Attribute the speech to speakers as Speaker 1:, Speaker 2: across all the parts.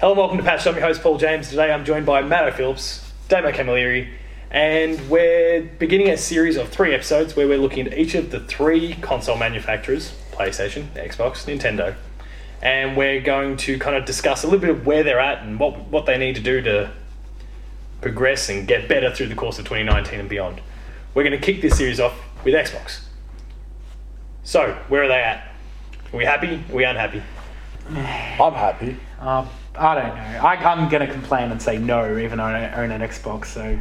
Speaker 1: Hello and welcome to Patch. I'm your host, Paul James. Today I'm joined by Matt Phillips, Damo Camilleri, and we're beginning a series of three episodes where we're looking at each of the three console manufacturers PlayStation, Xbox, Nintendo. And we're going to kind of discuss a little bit of where they're at and what, what they need to do to progress and get better through the course of 2019 and beyond. We're going to kick this series off with Xbox. So, where are they at? Are we happy? Are we unhappy?
Speaker 2: I'm happy.
Speaker 3: Uh, I don't know. I, I'm going to complain and say no, even though I don't own an Xbox, so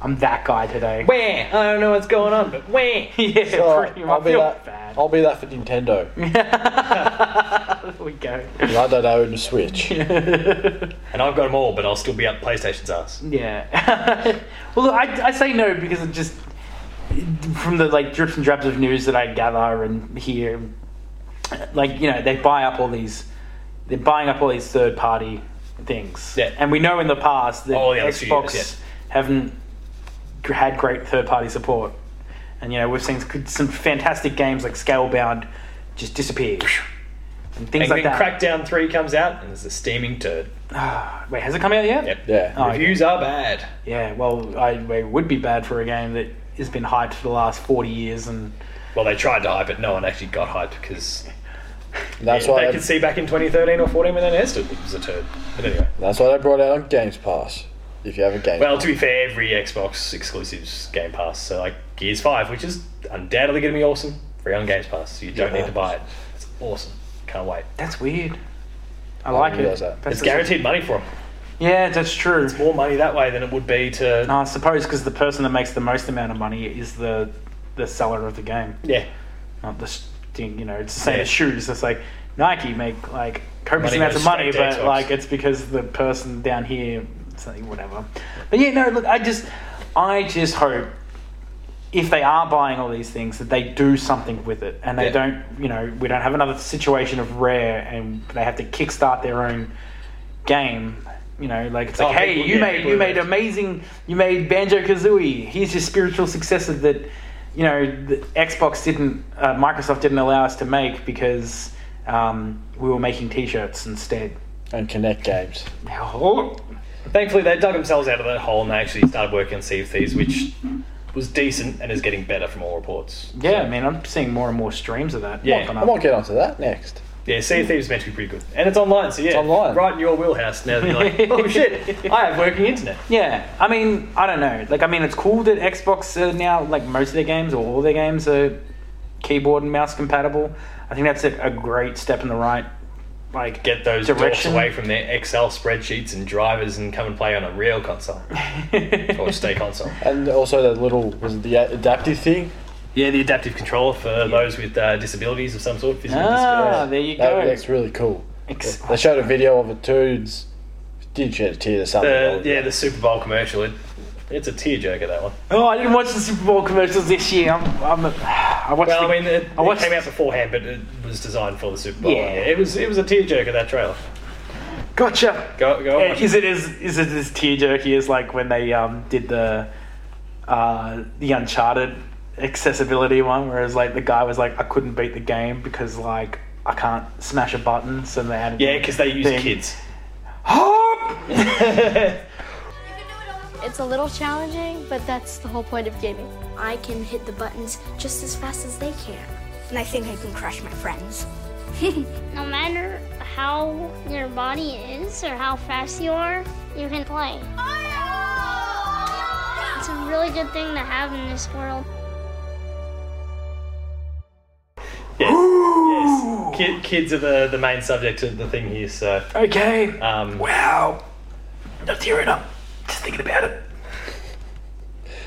Speaker 3: I'm that guy today.
Speaker 1: Wah! I don't know what's going on, but wah!
Speaker 3: yeah,
Speaker 2: All right,
Speaker 3: pretty much.
Speaker 2: I'll
Speaker 3: I
Speaker 2: be
Speaker 3: feel
Speaker 2: that.
Speaker 3: bad.
Speaker 2: I'll be that for Nintendo.
Speaker 3: there we go.
Speaker 2: 'cause I don't own a Switch.
Speaker 1: And I've got them all, but I'll still be up PlayStation's ass.
Speaker 3: Yeah. well, look, I, I say no because it just from the like drips and drabs of news that I gather and hear, like you know they buy up all these, they're buying up all these third party things.
Speaker 1: Yeah.
Speaker 3: And we know in the past that
Speaker 1: Oh, yeah, that's few
Speaker 3: Xbox
Speaker 1: years,
Speaker 3: haven't gr- had great third party support, and you know we've seen good- some fantastic games like Scalebound just disappear. And things
Speaker 1: And
Speaker 3: like
Speaker 1: then
Speaker 3: that.
Speaker 1: Crackdown 3 comes out, and it's a steaming turd.
Speaker 3: Wait, has it come out yet?
Speaker 1: Yep.
Speaker 2: Yeah.
Speaker 3: Oh, okay.
Speaker 1: Reviews are bad.
Speaker 3: Yeah, well, I, it would be bad for a game that has been hyped for the last 40 years and
Speaker 1: Well, they tried to hype it, no one actually got hyped because
Speaker 2: That's
Speaker 1: they
Speaker 2: why. I,
Speaker 1: could see back in 2013 or 14 when they announced it, it was a turd. But anyway.
Speaker 2: that's why they brought out on Games Pass. If you have a game,
Speaker 1: Well, to be fair, every Xbox exclusives Game Pass, so like Gears 5, which is undoubtedly going to be awesome, free on Games Pass, so you don't
Speaker 2: Yeah.
Speaker 1: need to buy it. It's awesome. Can't wait.
Speaker 3: that's weird. I like it.
Speaker 2: realise that.
Speaker 3: That's
Speaker 1: It's guaranteed money for them.
Speaker 3: Yeah, that's true.
Speaker 1: More money that way than it would be to.
Speaker 3: No, I suppose because the person that makes the most amount of money is the the seller of the game,
Speaker 1: Yeah.
Speaker 3: not the thing. You know, it's the same
Speaker 1: Yeah.
Speaker 3: as shoes. It's like Nike make like copious
Speaker 1: Money
Speaker 3: amounts
Speaker 1: goes
Speaker 3: of money,
Speaker 1: straight
Speaker 3: but
Speaker 1: to Xbox.
Speaker 3: like it's because the person down here, something whatever. But yeah, no, look, I just, I just hope if they are buying all these things that they do something with it and they
Speaker 1: Yeah.
Speaker 3: don't you know we don't have another situation of rare and they have to kickstart their own game you know like it's
Speaker 1: Oh,
Speaker 3: like hey
Speaker 1: people-
Speaker 3: you
Speaker 1: yeah,
Speaker 3: made
Speaker 1: people
Speaker 3: you
Speaker 1: who-
Speaker 3: made amazing you made banjo kazooie here's your spiritual successor that you know the xbox didn't uh, microsoft didn't allow us to make because um, we were making t-shirts instead
Speaker 2: and Connect games.
Speaker 3: oh,
Speaker 1: Thankfully, they dug themselves out of that hole and they actually started working on Sea of Thieves, which was decent and is getting better from all reports.
Speaker 3: yeah man i'm seeing more and more streams of that
Speaker 1: Yeah.
Speaker 3: popping
Speaker 2: I
Speaker 3: up.
Speaker 2: might get onto that next.
Speaker 1: Yeah, Sea of Thieves is meant to be pretty good. And it's online, so yeah.
Speaker 2: online.
Speaker 1: Right in your wheelhouse now that you're like, oh shit, I have working internet.
Speaker 3: Yeah, I mean, I don't know. Like, I mean, it's cool that Xbox are now like most of their games or all their games are keyboard and mouse compatible. I think that's a, a great step in the right. Like,
Speaker 1: Get those dorks
Speaker 3: Direction.
Speaker 1: away from their Excel spreadsheets and drivers and come and play on a real console. or stay console.
Speaker 2: And also that little was it the a- adaptive thing.
Speaker 1: Yeah, the adaptive controller for those with uh, disabilities of some sort, physical
Speaker 3: ah,
Speaker 1: disabilities.
Speaker 3: there you
Speaker 2: That,
Speaker 3: go.
Speaker 2: that's really cool.
Speaker 3: Ex-
Speaker 2: They showed a video of a dude's did shed a tear or something.
Speaker 1: The, yeah, the Super Bowl commercial. It, it's a tearjerker, that one.
Speaker 3: oh, I didn't watch the Super Bowl commercials this year. I'm, I'm a, I watched.
Speaker 1: Well,
Speaker 3: the,
Speaker 1: I mean, it,
Speaker 3: I
Speaker 1: it
Speaker 3: watched.
Speaker 1: came out beforehand, but it was designed for the Super Bowl.
Speaker 3: Yeah.
Speaker 1: it was it was a tearjerker that trailer.
Speaker 3: Gotcha.
Speaker 1: Go go.
Speaker 3: Uh,
Speaker 1: watch
Speaker 3: Is it as is it as tear jerky as like when they um, did the uh, the Uncharted accessibility one, whereas like the guy was like, I couldn't beat the game because like I can't smash a button, so they added
Speaker 1: Yeah, because they use
Speaker 3: thing.
Speaker 1: kids.
Speaker 3: Hop!
Speaker 4: It's a little challenging, but that's the whole point of gaming. I can hit the buttons just as fast as they can.
Speaker 5: and I think I can crush my friends.
Speaker 6: no matter how your body is or how fast you are, you can play. It's a really good thing to have in this world.
Speaker 1: Yes, yes. Ki- kids are the, the main subject of the thing here. So,
Speaker 3: Okay.
Speaker 1: um,
Speaker 3: Wow. Not tearing up. Just thinking about it.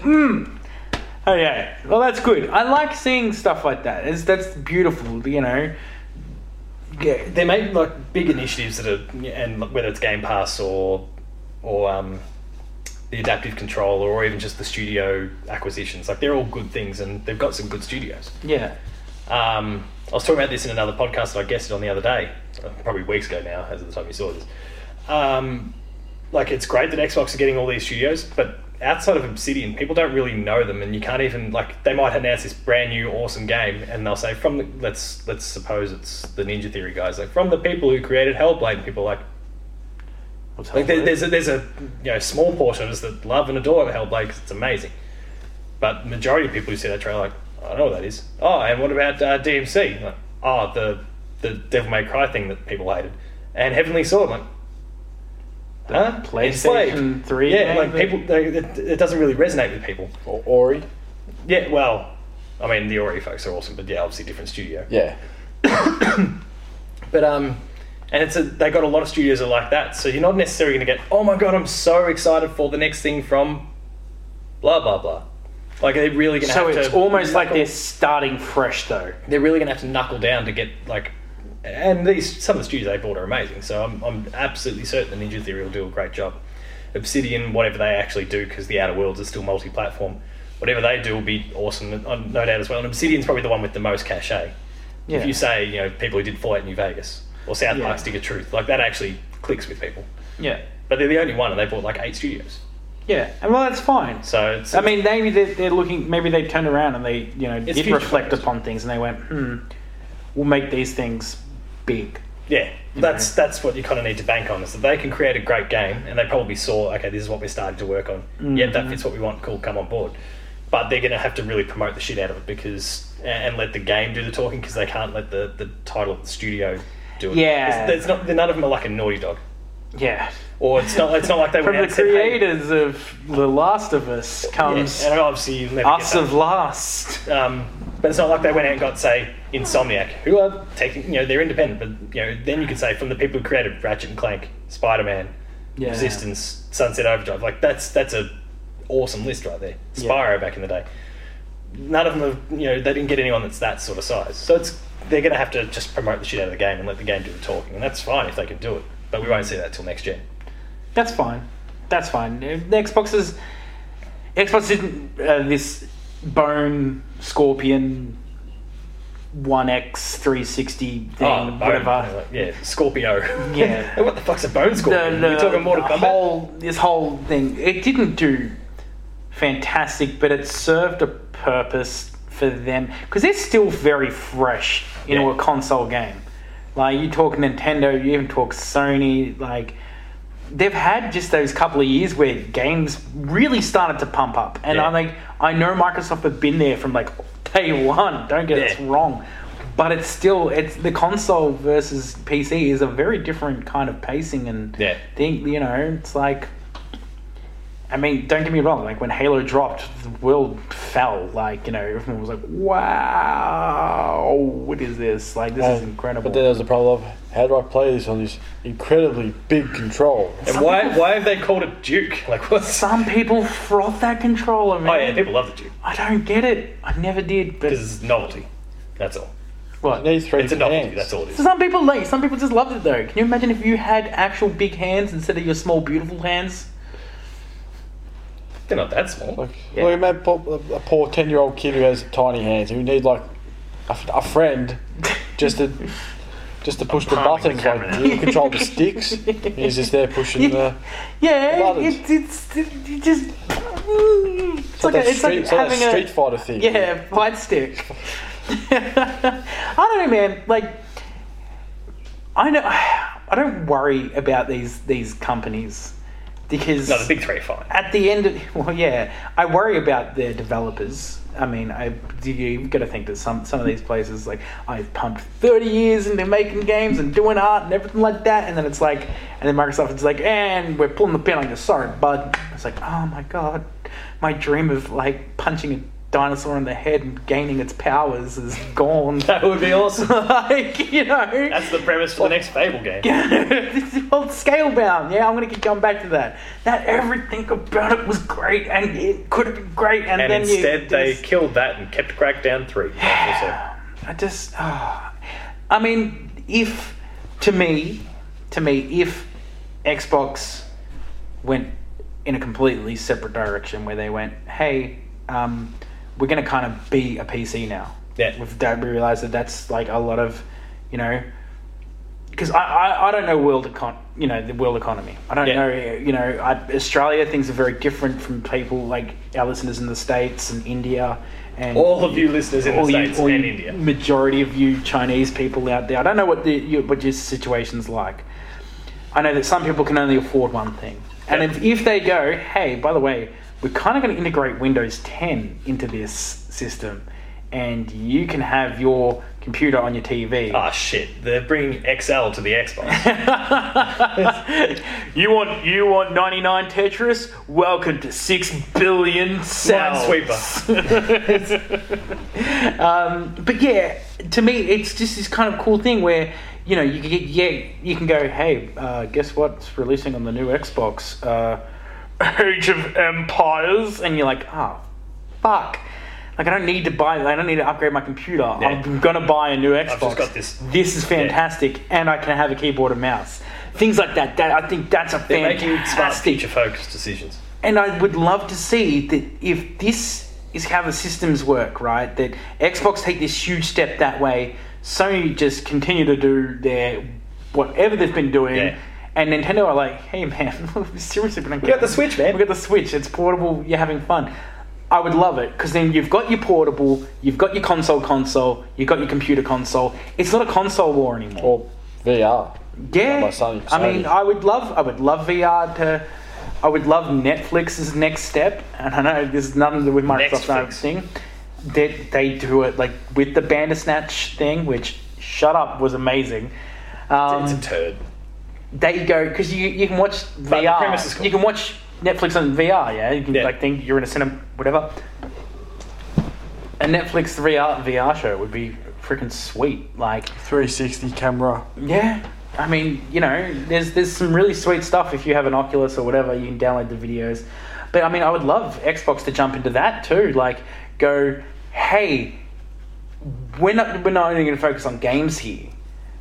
Speaker 3: Hmm. Okay. Well, that's good. I like seeing stuff like that. It's, that's beautiful, you know. Yeah.
Speaker 1: they make like big initiatives that are, and whether it's Game Pass or or um, the adaptive controller or even just the studio acquisitions, like they're all good things, and they've got some good studios.
Speaker 3: Yeah.
Speaker 1: Um, I was talking about this in another podcast that I guessed it on the other day, uh, probably weeks ago now, as of the time you saw this. Um, like, it's great that Xbox are getting all these studios, but outside of Obsidian, people don't really know them, and you can't even like they might announce this brand new awesome game, and they'll say from the, let's let's suppose it's the Ninja Theory guys, like from the people who created Hellblade, and people are like
Speaker 3: What's
Speaker 1: Like there,
Speaker 3: Hellblade?
Speaker 1: there's a, there's a you know small portion of us that love and adore the Hellblade 'cause it's amazing, but majority of people who see that trailer are like I don't know what that is. Oh, and what about uh, DMC? Like, oh, the the Devil May Cry thing that people hated, and Heavenly Sword. Like, huh?
Speaker 3: PlayStation
Speaker 1: Enslaved.
Speaker 3: 3
Speaker 1: Yeah, like
Speaker 3: game?
Speaker 1: people, they, it, it doesn't really resonate with people.
Speaker 2: Or Ori.
Speaker 1: Yeah, well, I mean the Ori folks are awesome, but yeah, obviously different studio.
Speaker 2: Yeah.
Speaker 1: But um, and it's a, they got a lot of studios that are like that. So you're not necessarily going to get, oh my god, I'm so excited for the next thing from, blah blah blah. Like they're really going to
Speaker 3: So
Speaker 1: have
Speaker 3: it's
Speaker 1: to.
Speaker 3: almost like
Speaker 1: knuckle-
Speaker 3: they're starting fresh, though.
Speaker 1: They're really going to have to knuckle down to get like, and these some of the studios they bought are amazing. So I'm I'm absolutely certain the Ninja Theory will do a great job. Obsidian, whatever they actually do, because the Outer Worlds is still multi-platform. Whatever they do will be awesome, and- uh, no doubt as well. And Obsidian's probably the one with the most cachet
Speaker 3: Yeah.
Speaker 1: if you say you know people who did Fallout New Vegas or South
Speaker 3: Yeah.
Speaker 1: Park Stick of Truth, like that actually clicks with people.
Speaker 3: yeah.
Speaker 1: But they're the only one, and they bought like eight studios.
Speaker 3: Yeah. And well, that's fine.
Speaker 1: So it's
Speaker 3: I mean, maybe they're, they're looking. Maybe they turned around and they, you know, did
Speaker 1: future
Speaker 3: reflect
Speaker 1: focused.
Speaker 3: upon things and they went, "Hmm, we'll make these things big."
Speaker 1: yeah, that's that's what you kind of need to bank on is that they can create a great game, and they probably saw okay, this is what we're starting to work on.
Speaker 3: Mm-hmm.
Speaker 1: Yep, that fits what we want. Cool, come on board. But they're going to have to really promote the shit out of it because and- and let the game do the talking because they can't let the, the title of the studio do it.
Speaker 3: Yeah.
Speaker 1: It's- there's not none of them are like a Naughty Dog,
Speaker 3: Yeah.
Speaker 1: or it's not it's not like they went
Speaker 3: From
Speaker 1: out
Speaker 3: the
Speaker 1: and said, "Hey,
Speaker 3: creators of The Last of Us
Speaker 1: yeah,"
Speaker 3: comes
Speaker 1: and obviously you never get
Speaker 3: Us
Speaker 1: that.
Speaker 3: of Last.
Speaker 1: Um, but it's not like they went out and got, say, Insomniac, who are taking, you know, they're independent, but, you know, then you could say from the people who created Ratchet and Clank, Spider Man,
Speaker 3: Yeah.
Speaker 1: Resistance, Sunset Overdrive, like that's that's a awesome list right there.
Speaker 3: Yeah.
Speaker 1: Spyro back in the day. None of them, have, you know, they didn't get anyone that's that sort of size. So it's they're going to have to just promote the shit out of the game and let the game do the talking, and that's fine if they can do it. But we won't see that till next gen.
Speaker 3: That's fine. That's fine. The Xbox is Xbox isn't uh, this bone scorpion. 1x 360 thing,
Speaker 1: Oh, the bone.
Speaker 3: whatever.
Speaker 1: Yeah, Scorpio.
Speaker 3: Yeah.
Speaker 1: what the fuck's a bone scorpion?
Speaker 3: the,
Speaker 1: You're talking Mortal
Speaker 3: the
Speaker 1: Kombat?
Speaker 3: whole this whole thing it didn't do fantastic but it served a purpose for them because they're still very fresh into
Speaker 1: Yeah.
Speaker 3: a console game like you talk nintendo you even talk sony like they've had just those couple of years where games really started to pump up and
Speaker 1: Yeah.
Speaker 3: i'm like i know microsoft have been there from like day one don't get us
Speaker 1: Yeah.
Speaker 3: wrong but it's still it's the console versus pc is a very different kind of pacing and
Speaker 1: Yeah.
Speaker 3: think you know it's like i mean don't get me wrong like when halo dropped the world fell like you know everyone was like wow what is this like this is
Speaker 2: Um,
Speaker 3: incredible
Speaker 2: But then there's the problem of how do I play this on this incredibly big control?
Speaker 1: And why, why have they called it Duke? Like, what's. Oh,
Speaker 3: some people froth that controller man
Speaker 1: yeah, people love the Duke
Speaker 3: i don't get it i never did but
Speaker 1: because it's novelty. That's all.
Speaker 3: what
Speaker 2: I need three
Speaker 1: It's a novelty,
Speaker 2: hands.
Speaker 1: that's all it is.
Speaker 3: So some people like some people just loved it though. Can you imagine if you had actual big hands instead of your small beautiful hands?
Speaker 1: They're not that small.
Speaker 2: Like, look at that poor, a poor 10 year old kid who has tiny hands who need like a, f- a friend just to just to push the
Speaker 1: palming
Speaker 2: buttons.
Speaker 1: the camera
Speaker 2: like,
Speaker 1: now.
Speaker 2: you control the sticks. and he's just there pushing the.
Speaker 3: Yeah,
Speaker 2: Buttons.
Speaker 3: it's it's it, it just it's like a,
Speaker 2: that
Speaker 3: it's
Speaker 2: street,
Speaker 3: like
Speaker 2: so that
Speaker 3: having
Speaker 2: Street
Speaker 3: a
Speaker 2: Fighter thing.
Speaker 3: yeah fight stick. I don't know, man. Like I know I don't worry about these these companies because
Speaker 1: No, the big three are fine.
Speaker 3: at the end of well yeah i worry about their developers i mean i you've got to think that some some of these places like i've pumped 30 years into making games and doing art and everything like that and then it's like and then microsoft is like and we're pulling the pin on you sorry bud it's like oh my god my dream of like punching a dinosaur in the head and gaining its powers is gone
Speaker 1: That would be awesome.
Speaker 3: like you know
Speaker 1: That's the premise for the next Fable game.
Speaker 3: this is called Scalebound. Yeah, I'm going to keep coming back to that. That everything about it was great, and it could have been great, and,
Speaker 1: And
Speaker 3: then you
Speaker 1: instead, they
Speaker 3: just-
Speaker 1: killed that and kept Crackdown 3. That's
Speaker 3: I just, ah. I mean, if to me, to me, if Xbox went in a completely separate direction where they went, hey, um, we're going to kind of be a PC now.
Speaker 1: Yeah.
Speaker 3: We've that we realize that that's like a lot of, you know, because I, I, I don't know world econ you know the world economy. I don't
Speaker 1: Yeah.
Speaker 3: know you know I, Australia things are very different from people like our listeners in the states and India and
Speaker 1: All of you listeners in the
Speaker 3: all you-
Speaker 1: States
Speaker 3: all
Speaker 1: and
Speaker 3: you
Speaker 1: India.
Speaker 3: Majority of you Chinese people out there. I don't know what the you, what your situation's like, I know that some people can only afford one thing. And if, if they go, hey, by the way, we're kind of going to integrate Windows 10 into this system, and you can have your computer on your TV.
Speaker 1: Ah, shit. They're bringing XL to the Xbox.
Speaker 3: you want you want 99 Tetris? Welcome to 6 billion cells. um, but yeah, to me, it's just this kind of cool thing where you know you can get yeah you can go hey uh, guess what's releasing on the new Xbox uh, Age of Empires and you're like oh fuck like I don't need to buy I don't need to upgrade my computer I'm gonna buy a new Xbox
Speaker 1: just got this.
Speaker 3: this is fantastic and I can have a keyboard and mouse things like that that I think that's a
Speaker 1: They're making smart
Speaker 3: fantastic
Speaker 1: future focused decisions.
Speaker 3: and I would love to see that if this is how the systems work, right? That Xbox take this huge step that way, Sony just continue to do their whatever they've been doing,
Speaker 1: Yeah.
Speaker 3: and Nintendo are like, "Hey man, seriously, we don't
Speaker 1: got the Switch, man.
Speaker 3: We got the Switch. It's portable. You're having fun." I would love it because then you've got your portable, you've got your console console, you've got your computer console. It's not a console war anymore.
Speaker 2: Or VR.
Speaker 3: Yeah,
Speaker 2: by Sony-
Speaker 3: I mean,
Speaker 2: Sony.
Speaker 3: I would love, I would love VR to, I would love Netflix's next step. And I know this is nothing to do with Microsoft and
Speaker 1: Netflix.
Speaker 3: everything. That they do it like with the Bandersnatch thing, which shut up was amazing. Um,
Speaker 1: It's a turd.
Speaker 3: they go because you you can watch
Speaker 1: the premise is
Speaker 3: VR.
Speaker 1: cool.
Speaker 3: You can watch Netflix on VR. Yeah, you can
Speaker 1: Yeah.
Speaker 3: like think you're in a cinema, whatever. A Netflix VR VR show would be freaking sweet. Like
Speaker 2: 360 camera.
Speaker 3: yeah, I mean, you know, there's there's some really sweet stuff if you have an Oculus or whatever. You can download the videos, but I mean, I would love Xbox to jump into that too. Like, go, hey, we're not we're not only going to focus on games here.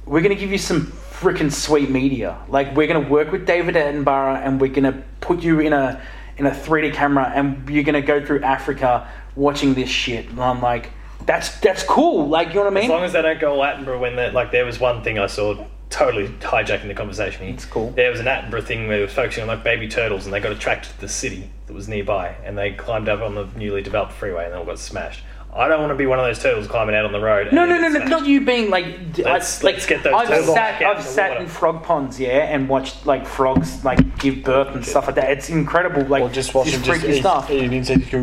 Speaker 3: We're going to give you some freaking sweet media. Like, we're going to work with David Attenborough, and we're going to put you in a in a 3D camera, and you're going to go through Africa watching this shit. And I'm like, that's that's cool. Like, you know what I mean?
Speaker 1: As long as they don't go all Attenborough when they're like there was one thing I saw totally hijacking the conversation here.
Speaker 3: It's cool.
Speaker 1: There was an Attenborough thing where they were focusing on like baby turtles and they got attracted to the city that was nearby and they climbed up on the newly developed freeway and they all got smashed. I don't want to be one of those turtles climbing out on the road. and
Speaker 3: No, no,
Speaker 1: get
Speaker 3: no, no,
Speaker 1: smashed.
Speaker 3: not you being like. d- I-
Speaker 1: Let's-
Speaker 3: like,
Speaker 1: let's get those
Speaker 3: I've
Speaker 1: turtles
Speaker 3: sat,
Speaker 1: back out
Speaker 3: I've
Speaker 1: in the
Speaker 3: sat
Speaker 1: water.
Speaker 3: in frog ponds, yeah, and watched like frogs like give birth and stuff like that. It's incredible, like
Speaker 2: Or just watch them just
Speaker 3: freaky
Speaker 2: eat,
Speaker 3: stuff.
Speaker 2: eat insects go.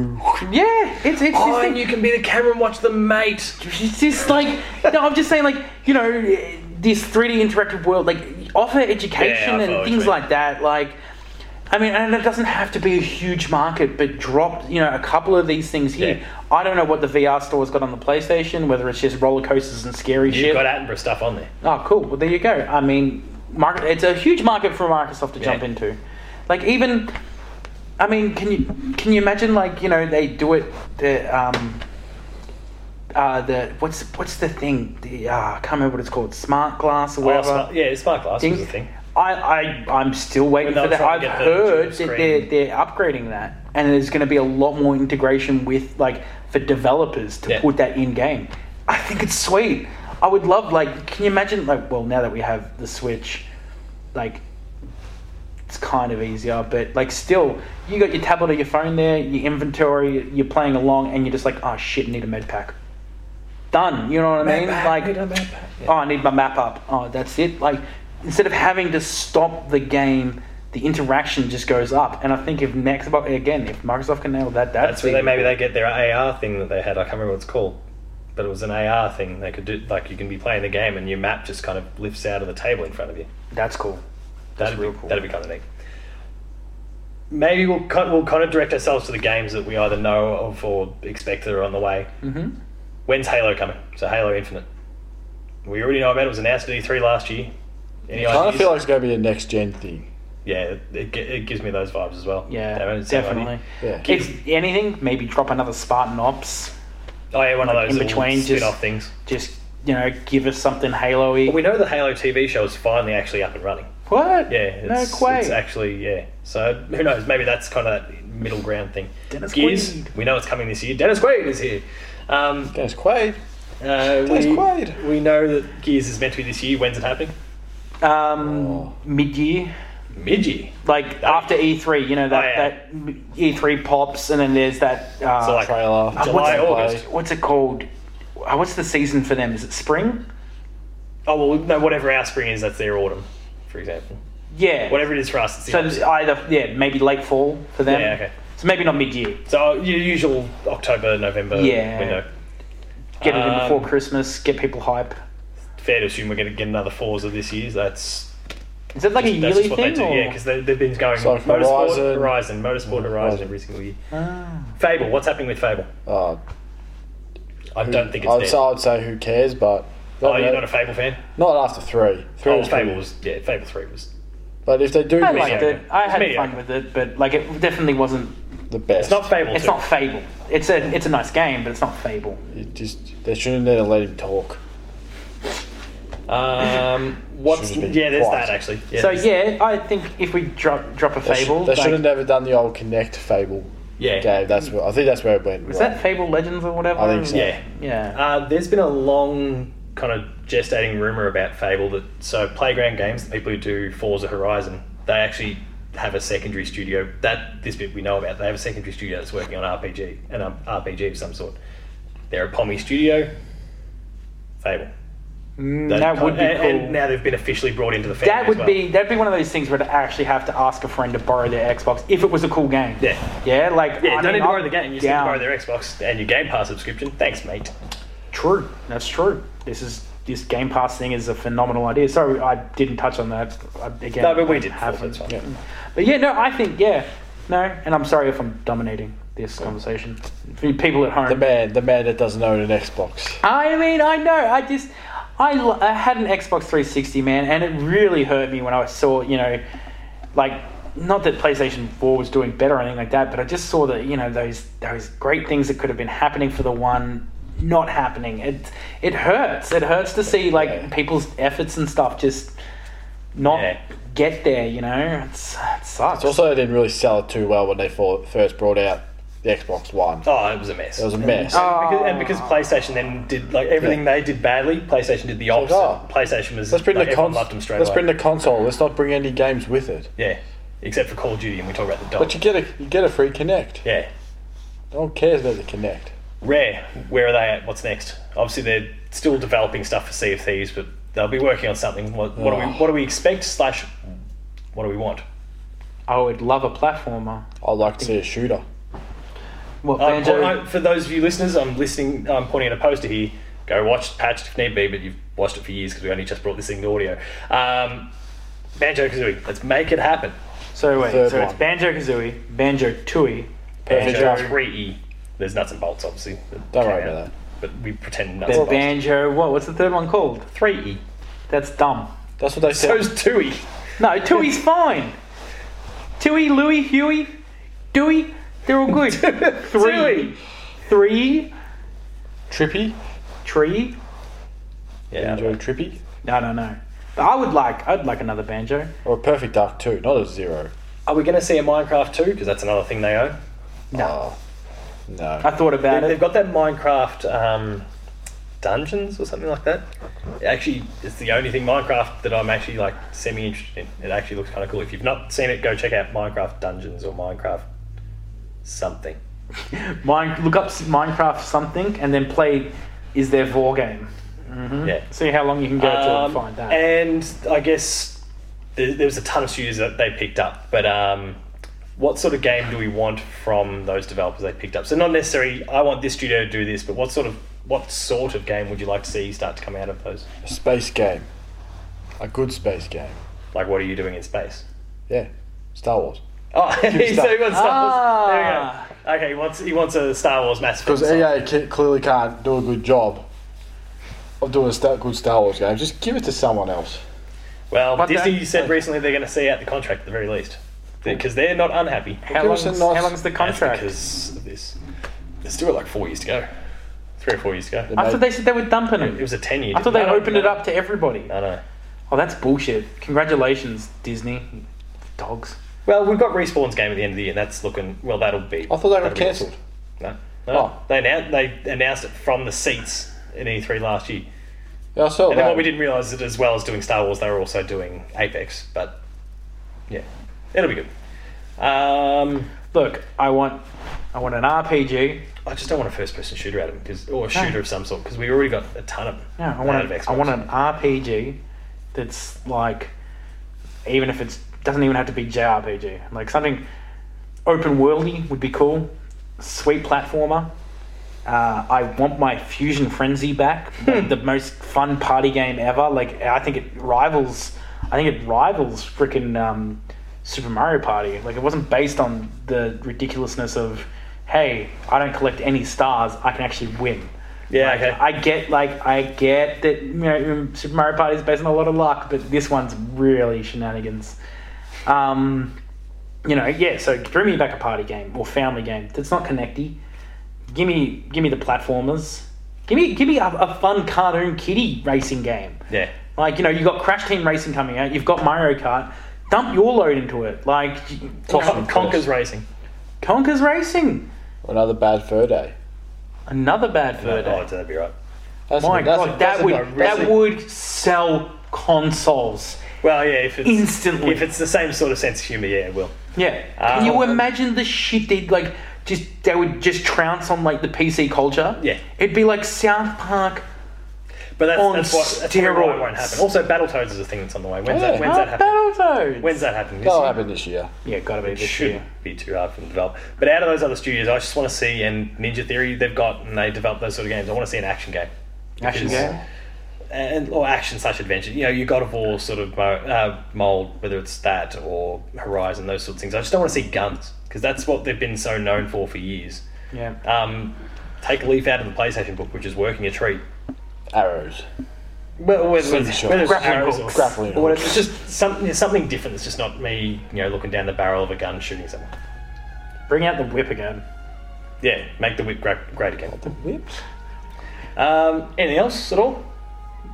Speaker 3: Yeah, it's it's
Speaker 1: Oh,
Speaker 3: just,
Speaker 1: and you can be the camera and watch the mate.
Speaker 3: it's just like no, I'm just saying like you know this 3D interactive world like offer
Speaker 1: Yeah, I
Speaker 3: education
Speaker 1: follow
Speaker 3: and
Speaker 1: what you
Speaker 3: things
Speaker 1: mean.
Speaker 3: like that. Like, I mean, and it doesn't have to be a huge market, but drop you know a couple of these things here. I don't know what the VR store's got on the PlayStation, whether it's just roller coasters and scary shit.
Speaker 1: You've got Attenborough stuff on there.
Speaker 3: Oh, cool. Well, there you go. I mean, market, it's a huge market for Microsoft to jump
Speaker 1: Yeah.
Speaker 3: into. Like even, I mean, can you can you imagine like you know they do it the um, uh, the what's what's the thing the uh, I can't remember what it's called smart glass or
Speaker 1: Oh,
Speaker 3: whatever.
Speaker 1: smart, yeah, smart glass
Speaker 3: thing.
Speaker 1: was a thing.
Speaker 3: I, I I'm still waiting
Speaker 1: When
Speaker 3: for
Speaker 1: they'll
Speaker 3: that.
Speaker 1: try and
Speaker 3: I've
Speaker 1: get the
Speaker 3: heard
Speaker 1: dual
Speaker 3: that they're
Speaker 1: screen.
Speaker 3: they're upgrading that, and there's going to be a lot more integration with like for developers to
Speaker 1: Yeah.
Speaker 3: put that in game. I think it's sweet. I would love like can you imagine like well now that we have the Switch, like it's kind of easier, but like still you got your tablet or your phone there, your inventory, you're playing along, and you're just like oh shit, need a med pack. Done. You know what I mean? like oh, I need my map up. Oh, that's it. Like, instead of having to stop the game, the interaction just goes up. And I think if next, but again, if Microsoft can nail that, that's,
Speaker 1: That's where they
Speaker 3: even
Speaker 1: maybe
Speaker 3: cool.
Speaker 1: they get their AR thing that they had. I can't remember what it's called, but it was an AR thing. They could do like you can be playing the game and your map just kind of lifts out of the table in front of you.
Speaker 3: That's cool.
Speaker 1: That'd
Speaker 3: real
Speaker 1: be
Speaker 3: cool.
Speaker 1: that'd be kind of neat. Maybe we'll kind, we'll kind of direct ourselves to the games that we either know of or expect that are on the way. Mm-hmm. When's Halo coming? So Halo Infinite. We already know about it. It was announced at E3 last year. Any
Speaker 2: I kind of
Speaker 1: ideas?
Speaker 2: feel like it's going to be a next gen thing.
Speaker 1: yeah, it, gi- it gives me those vibes as well.
Speaker 3: Yeah,
Speaker 1: They haven't said anything.
Speaker 2: Yeah.
Speaker 3: definitely. If anything, maybe drop another Spartan Ops.
Speaker 1: Oh yeah, one of
Speaker 3: Like,
Speaker 1: those
Speaker 3: in
Speaker 1: little
Speaker 3: between, just-
Speaker 1: spin-off things.
Speaker 3: Just, you know, give us something Halo-y.
Speaker 1: But we know the Halo TV show is finally actually up and running.
Speaker 3: what?
Speaker 1: Yeah, it's,
Speaker 3: no way.
Speaker 1: it's actually yeah. So who knows? Maybe that's kind of that middle ground thing.
Speaker 3: Dennis Quaid.
Speaker 1: we know it's coming this year. Dennis Quaid is here. Um,
Speaker 2: Dennis Quaid.
Speaker 1: uh,
Speaker 2: Dennis
Speaker 1: we,
Speaker 2: Quaid.
Speaker 1: we know that Gears is meant to be this year. When's it happening?
Speaker 3: um, Mid-year.
Speaker 1: Midgey.
Speaker 3: Like, after E3, you know, that,
Speaker 1: Oh, yeah.
Speaker 3: that E3 pops, and then there's that... Uh,
Speaker 1: So like
Speaker 2: Trailer.
Speaker 3: Uh,
Speaker 1: July,
Speaker 3: what's,
Speaker 1: August.
Speaker 3: What's it called? Uh, What's the season for them? Is it spring?
Speaker 1: Oh well, no, whatever our spring is, that's their autumn, for example.
Speaker 3: yeah.
Speaker 1: Whatever it is for us, it's the
Speaker 3: So
Speaker 1: opposite.
Speaker 3: it's either yeah, maybe late fall for them.
Speaker 1: Yeah, okay.
Speaker 3: So maybe not mid year.
Speaker 1: So your usual October, November
Speaker 3: Yeah.
Speaker 1: window.
Speaker 3: Get it in
Speaker 1: Um,
Speaker 3: before Christmas. Get people hype.
Speaker 1: Fair to assume we're going to get another fours of this year. That's
Speaker 3: Is it like a
Speaker 1: that's
Speaker 3: yearly
Speaker 1: just what they
Speaker 3: thing?
Speaker 1: do.
Speaker 3: or-
Speaker 1: Yeah, because they, they've been going
Speaker 2: So like
Speaker 1: motorsport Horizon,
Speaker 2: Horizon.
Speaker 1: motorsport Horizon every single year.
Speaker 3: Ah.
Speaker 1: Fable, what's happening with Fable?
Speaker 2: Uh,
Speaker 1: I don't think it's
Speaker 2: I'd
Speaker 1: dead.
Speaker 2: say, I'd say who cares, but
Speaker 1: oh, you're not a Fable fan?
Speaker 2: not after three. Three
Speaker 1: Oh,
Speaker 2: was pretty-
Speaker 1: Fable was yeah, Fable three was.
Speaker 2: But if they do
Speaker 3: I
Speaker 2: do
Speaker 3: liked
Speaker 1: Mediocre.
Speaker 3: it. I
Speaker 1: It's
Speaker 3: had
Speaker 1: mediocre.
Speaker 3: fun with it, but like it definitely wasn't.
Speaker 2: something, the best,
Speaker 1: It's not Fable.
Speaker 3: It's
Speaker 1: 2.
Speaker 3: not Fable. It's a it's a nice game, but it's not Fable.
Speaker 2: It just they shouldn't need to let him talk.
Speaker 1: Um, what's
Speaker 2: Should've been
Speaker 1: yeah? There's
Speaker 2: quiet.
Speaker 1: that actually. Yeah,
Speaker 3: So
Speaker 1: there's-
Speaker 3: yeah, I think if we drop drop a
Speaker 2: They, sh-
Speaker 3: Fable,
Speaker 2: they
Speaker 3: like-
Speaker 2: should have never done the old Connect Fable
Speaker 1: yeah.
Speaker 2: game. That's where I think that's where it went.
Speaker 3: was
Speaker 2: wrong.
Speaker 3: that Fable Legends or whatever?
Speaker 2: I think so.
Speaker 1: Yeah.
Speaker 3: Yeah.
Speaker 1: Uh, there's been a long kind of gestating rumor about Fable that so Playground Games, the people who do Forza Horizon, they actually have a secondary studio. That this bit we know about. They have a secondary studio that's working on RPG and um, RPG of some sort. They're a Pommy studio. Fable.
Speaker 3: Mm, that would be
Speaker 1: and,
Speaker 3: cool.
Speaker 1: and now they've been officially brought into the family.
Speaker 3: that
Speaker 1: as
Speaker 3: would
Speaker 1: well.
Speaker 3: be that'd be one of those things where I'd actually have to ask a friend to borrow their Xbox if it was a cool game.
Speaker 1: Yeah.
Speaker 3: Yeah, like
Speaker 1: Yeah,
Speaker 3: I
Speaker 1: don't
Speaker 3: mean,
Speaker 1: need to borrow
Speaker 3: I'm
Speaker 1: the game. You just need to
Speaker 3: down.
Speaker 1: borrow their Xbox and your Game Pass subscription. Thanks, mate.
Speaker 3: True. That's true. This is this Game Pass thing is a phenomenal idea. Sorry, I didn't touch on that I, again.
Speaker 1: No, but we did.
Speaker 3: have-
Speaker 1: Forza, it's fine.
Speaker 3: But yeah, no, I think yeah, no, and I'm sorry if I'm dominating this conversation for you people at home.
Speaker 2: The man, the man that doesn't own an Xbox.
Speaker 3: I mean, I know. I just, I, l- I had an Xbox 360, man, and it really hurt me when I saw, you know, like, not that PlayStation 4 was doing better or anything like that, but I just saw that, you know, those those great things that could have been happening for the one not happening. It it hurts. It hurts to see like
Speaker 2: Yeah.
Speaker 3: people's efforts and stuff just not
Speaker 1: Yeah.
Speaker 3: get there. You know, it's it sucks.
Speaker 2: It's also they didn't really sell it too well when they fo- first brought out the Xbox One.
Speaker 1: Oh, it was a mess.
Speaker 2: It was a mess.
Speaker 3: Oh.
Speaker 1: Because, and because PlayStation then did like everything
Speaker 2: Oh. Yeah.
Speaker 1: they did badly, PlayStation did the opposite.
Speaker 2: oh.
Speaker 1: PlayStation was
Speaker 2: let's bring
Speaker 1: like,
Speaker 2: the
Speaker 1: everyone
Speaker 2: cons-
Speaker 1: loved them straight
Speaker 2: Let's
Speaker 1: away.
Speaker 2: bring the console. Let's not bring any games with it.
Speaker 1: yeah, except for Call of Duty, and we talk about the dog.
Speaker 2: But you get a you get a free Connect.
Speaker 1: yeah,
Speaker 2: No one cares about the Connect.
Speaker 1: Rare. Where are they at? What's next? Obviously, they're still developing stuff for Sea of Thieves, but they'll be working on something. What, what do we What do we expect? Slash, what do we want?
Speaker 3: I would love a platformer.
Speaker 2: I'd like to see a shooter.
Speaker 3: What
Speaker 2: Uh,
Speaker 1: Um,
Speaker 3: Banjo?
Speaker 1: I- for those of you listeners, I'm listening. I'm pointing at a poster here. Go watch Patched if need be, but you've watched it for years because we only just brought this thing to audio. Um, Banjo Kazooie. Let's make it happen.
Speaker 3: so wait,
Speaker 2: Third
Speaker 3: so it's
Speaker 2: one.
Speaker 3: Banjo Kazooie, Banjo Tooie,
Speaker 2: Perfect
Speaker 1: Banjo
Speaker 2: draft.
Speaker 1: three E. There's nuts and bolts, obviously. that
Speaker 2: Don't
Speaker 1: came
Speaker 2: worry about
Speaker 1: out,
Speaker 2: that.
Speaker 1: But we pretend nuts
Speaker 3: Or
Speaker 1: and bolts.
Speaker 3: banjo. What? What's the third one called?
Speaker 1: Three E.
Speaker 3: That's dumb.
Speaker 2: That's what they said.
Speaker 1: So's two E.
Speaker 3: No, Tui's fine. Tui, Louie, Huey, Dewey, they're all good. Three, E. three, E,
Speaker 2: Trippy.
Speaker 3: tree. E.
Speaker 1: Yeah. I don't
Speaker 2: Enjoy
Speaker 1: know.
Speaker 2: Trippy.
Speaker 3: I don't know. But I would like. I'd like another banjo.
Speaker 2: Or a Perfect Dark 2, not a zero.
Speaker 1: Are we going to see a Minecraft two? Because that's another thing they own.
Speaker 3: No,
Speaker 2: Oh, no.
Speaker 3: I thought about
Speaker 1: They-
Speaker 3: it.
Speaker 1: They've got that Minecraft um, dungeons or something like that. Actually, it's the only thing Minecraft that I'm actually like semi interested in. It actually looks kind of cool. If you've not seen it, go check out Minecraft Dungeons or Minecraft something.
Speaker 3: Mine, look up s- Minecraft something and then play. Is there vor game?
Speaker 2: Hmm?
Speaker 1: Yeah.
Speaker 3: See how long you can go
Speaker 1: Um,
Speaker 3: to find that.
Speaker 1: And I guess there, there was a ton of studios that they picked up, but um, what sort of game do we want from those developers they picked up? So not necessarily I want this studio to do this, but what sort of what sort of game would you like to see start to come out of those?
Speaker 2: A space game. A good space game.
Speaker 1: Like, what are you doing in space?
Speaker 2: Yeah. Star Wars.
Speaker 1: Oh, so he
Speaker 2: Star-
Speaker 1: wants Star Wars. There we go. Okay, he wants he wants a Star Wars Mass Effect.
Speaker 2: Because EA ca- clearly can't do a good job of doing a sta- good Star Wars game. Just give it to someone else.
Speaker 1: Well,
Speaker 3: But
Speaker 1: Disney
Speaker 3: that-
Speaker 1: said recently they're going to see out the contract at the very least because they're not unhappy.
Speaker 3: how
Speaker 2: give us
Speaker 3: long's,
Speaker 2: a nice-
Speaker 3: how long's the
Speaker 1: That's
Speaker 3: contract?
Speaker 1: because of this. There's still like four years to go, three or four years to go.
Speaker 3: I thought they said they were dumping them.
Speaker 1: It was a ten year.
Speaker 3: I thought they opened it up to everybody.
Speaker 1: I know.
Speaker 3: Oh, that's bullshit. Congratulations, Disney. Dogs.
Speaker 1: Well, we've got Respawn's game at the end of the year, and that's looking well. That'll be.
Speaker 2: I thought they got
Speaker 1: that'll be-
Speaker 2: cancelled.
Speaker 1: No, no.
Speaker 2: Oh.
Speaker 1: They announced they announced it from the seats in E3 last year.
Speaker 2: Yeah, I saw
Speaker 1: And
Speaker 2: that.
Speaker 1: then what we didn't realise is that as well as doing Star Wars, they were also doing Apex. But yeah, it'll be good. Um,
Speaker 3: Look, I want, I want an RPG.
Speaker 1: I just don't want a first-person shooter at them because, or a shooter of some sort, because we already got a ton of them.
Speaker 3: No, I
Speaker 1: out
Speaker 3: want,
Speaker 1: of
Speaker 3: a,
Speaker 1: Xbox.
Speaker 3: I want an RPG that's like even if it doesn't even have to be JRPG. Like something open worldy would be cool. Sweet platformer. Uh, I want my Fusion Frenzy back. Like, the most fun party game ever. Like I think it rivals. I think it rivals freaking um, Super Mario Party. Like it wasn't based on the ridiculousness of, hey, I don't collect any stars. I can actually win.
Speaker 1: Yeah,
Speaker 3: Like,
Speaker 1: okay.
Speaker 3: I get like I get that you know, Super Mario Party is based on a lot of luck, but this one's really shenanigans. Um, you know, yeah. So throw me back a party game or family game that's not connecty. Give me, give me the platformers. Give me, give me a, a fun cartoon kitty racing game.
Speaker 1: yeah.
Speaker 3: Like you know, you got Crash Team Racing coming out. You've got Mario Kart. Dump your load into it. Like
Speaker 1: Con-
Speaker 2: Awesome.
Speaker 1: Conker's racing.
Speaker 3: Conker's Racing.
Speaker 2: Another bad fur day.
Speaker 3: Another bad
Speaker 1: Oh,
Speaker 3: for day.
Speaker 1: that'd be right.
Speaker 2: That's
Speaker 3: My
Speaker 2: that's
Speaker 3: God, that would
Speaker 1: a
Speaker 3: that
Speaker 1: racing-
Speaker 3: would sell consoles.
Speaker 1: Well, yeah, if it's
Speaker 3: Instantly.
Speaker 1: if it's the same sort of sense of humour, yeah, it will.
Speaker 3: Yeah. Can you
Speaker 1: Uh,
Speaker 3: imagine the shit they'd like just they would just trounce on like the PC culture?
Speaker 1: Yeah.
Speaker 3: It'd be like South Park.
Speaker 1: But that's,
Speaker 3: On
Speaker 1: that's, what, that's probably why it won't
Speaker 3: steroids.
Speaker 1: happen. Also, Battletoads is a thing that's on the way. When's
Speaker 2: Yeah.
Speaker 1: that? When's that
Speaker 3: Oh,
Speaker 1: happen?
Speaker 3: Battletoads.
Speaker 1: When's that happening?
Speaker 2: that'll happen this year.
Speaker 3: Yeah, gotta be
Speaker 1: It
Speaker 3: this
Speaker 1: shouldn't
Speaker 3: year.
Speaker 1: be too hard for them to develop. But out of those other studios, I just want to see and Ninja Theory they've got and they develop those sort of games. I want to see an action game
Speaker 3: Action
Speaker 1: Because-
Speaker 3: game.
Speaker 1: and or action slash adventure. You know, you God of War sort of mo- uh, mold, whether it's that or Horizon, those sorts of things. I just don't want to see guns because that's what they've been so known for for years.
Speaker 3: Yeah.
Speaker 1: Um, take a leaf out of the PlayStation book, which is working a treat.
Speaker 2: Arrows.
Speaker 1: Well, whether, it's,
Speaker 2: Slingshot.
Speaker 1: whether it's
Speaker 3: Grappling
Speaker 1: arrows
Speaker 3: hooks.
Speaker 1: or,
Speaker 2: Grappling
Speaker 1: or whatever, it's just something you know, something different. It's just not me, you know, looking down the barrel of a gun shooting someone.
Speaker 3: Bring out the whip again.
Speaker 1: Yeah, make the whip great, great again.
Speaker 2: Whips.
Speaker 1: Um, anything else at all?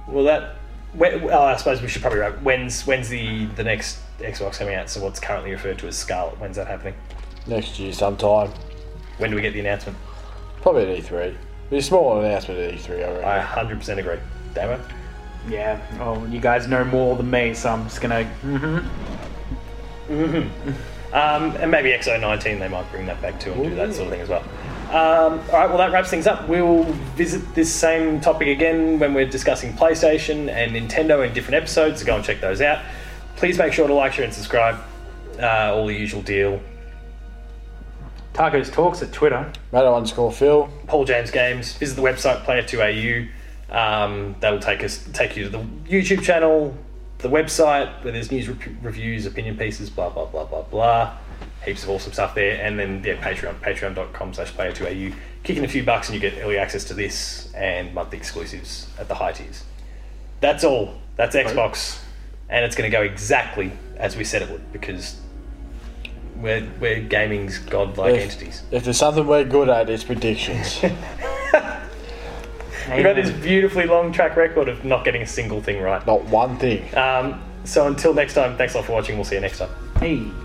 Speaker 1: Well, that. When, well, I suppose we should probably wrap. When's when's the the next Xbox coming out? So what's currently referred to as Scarlet. When's that happening?
Speaker 2: Next year sometime.
Speaker 1: When do we get the announcement?
Speaker 2: Probably at E3. Be a small announcement at E3, I reckon.
Speaker 1: I 100% agree. Damn it.
Speaker 3: Yeah. Oh, you guys know more than me, so I'm just gonna. Mm-hmm.
Speaker 1: Um, and maybe XO19, they might bring that back too and do that sort of thing as well. Um, all right, well, that wraps things up. We'll visit this same topic again when we're discussing PlayStation and Nintendo in different episodes, so go and check those out. Please make sure to like, share, and subscribe. Uh, all the usual deal.
Speaker 3: Tacos talks at Twitter.
Speaker 2: Matter underscore Phil.
Speaker 1: Paul James Games. Visit the website player2au. Um, that'll take us take you to the YouTube channel, the website where there's news, re- reviews, opinion pieces, blah blah blah blah blah. Heaps of awesome stuff there, and then yeah, Patreon, patreon.com slash player2au. Kick in a few bucks and you get early access to this and monthly exclusives at the high tiers. That's all. That's Xbox, and it's going to go exactly as we said it would because we're we're gaming's godlike
Speaker 2: If-
Speaker 1: entities.
Speaker 2: If there's something we're good at, it's predictions.
Speaker 1: You've got this
Speaker 3: Amen.
Speaker 1: beautifully long track record of not getting a single thing right.
Speaker 2: Not one thing.
Speaker 1: Um, so until next time, thanks a lot for watching. We'll see you next time.
Speaker 3: Hey.